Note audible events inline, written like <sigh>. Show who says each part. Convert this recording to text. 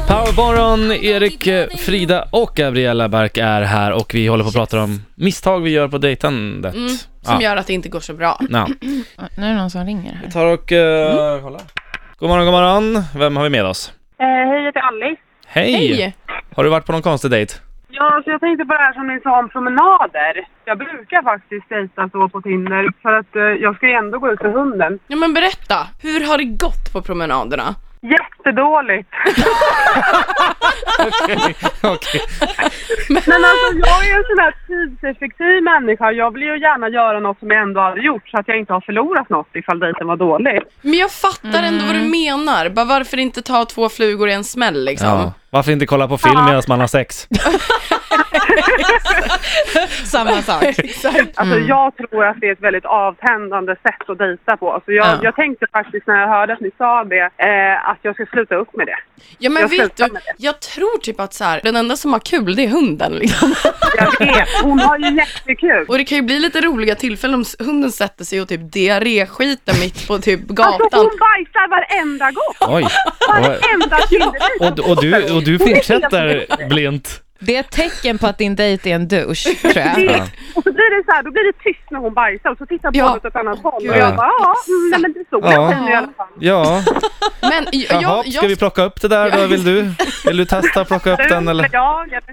Speaker 1: God morgon, Erik, eh, Frida och Gabriella Bark är här och vi håller på att prata om misstag vi gör på dejtandet.
Speaker 2: Mm,
Speaker 1: Ja.
Speaker 2: som gör att det inte går så bra.
Speaker 1: Ja.
Speaker 3: Oj, <clears throat> Nu är det någon som ringer här.
Speaker 1: Vi tar och
Speaker 2: Mm.
Speaker 1: uh, kollar. God morgon, god morgon. Vem har vi med oss?
Speaker 4: Eh, hej, jag heter Alice.
Speaker 1: Hej!
Speaker 2: Hej!
Speaker 1: Har du varit på någon konstig
Speaker 2: <laughs>
Speaker 1: dejt?
Speaker 4: Ja, så jag tänkte på det här som ni sa om promenader. Jag brukar faktiskt dejta så på Tinder för att eh, jag ska ju ändå gå ut med hunden.
Speaker 2: Ja men berätta, hur har det gått på promenaderna?
Speaker 4: Jättedåligt! <laughs>
Speaker 1: Okej.
Speaker 4: Men alltså jag är ju en sån här tidseffektiv människa. Jag vill ju gärna göra något som jag ändå hade gjort så att jag inte har förlorat något ifall dejten var dålig.
Speaker 2: Men jag fattar ändå vad du
Speaker 4: Mm.
Speaker 2: menar, bara varför inte ta två flugor i en smäll liksom? <laughs>
Speaker 1: Ja. Varför inte kolla på film medan man har sex?
Speaker 4: <laughs>
Speaker 3: Samma sak.
Speaker 4: Alltså jag tror att det är ett väldigt avtändande sätt att dejta på. Så jag,
Speaker 3: Ja.
Speaker 4: jag tänkte faktiskt när jag hörde att ni sa det eh, att jag ska sluta upp med det.
Speaker 2: Ja men
Speaker 4: Jag
Speaker 2: vet
Speaker 4: slutar
Speaker 2: du,
Speaker 4: med det.
Speaker 2: jag tror typ att så här, den enda som har kul det är hunden liksom.
Speaker 4: Jag vet, hon har ju jättekul.
Speaker 2: Och det kan ju bli lite roliga tillfällen om s- hunden sätter sig och typ diarréskiter mitt på typ
Speaker 4: Alltså
Speaker 2: gatan.
Speaker 4: hon bajsar varenda gång!
Speaker 1: Oj.
Speaker 4: Varenda kille
Speaker 1: Och, och, du, och du fortsätter blint.
Speaker 3: Det är ett tecken på att din dejt är en douche, tror jag.
Speaker 1: Ja.
Speaker 4: Det, och så blir det så här, då blir det tyst när hon bajsar och så tittar
Speaker 2: Ja.
Speaker 4: barnet åt ett annat håll och
Speaker 1: Ja.
Speaker 4: jag bara ja, mm, nej men det såg
Speaker 1: Ja.
Speaker 4: jag sen i alla fall.
Speaker 1: Ja,
Speaker 2: Men jag,
Speaker 1: jaha,
Speaker 2: jag,
Speaker 1: ska vi
Speaker 2: jag,
Speaker 1: plocka upp det där då, vill du? Vill du testa att plocka upp
Speaker 4: Du
Speaker 1: den eller?
Speaker 4: eller jag eller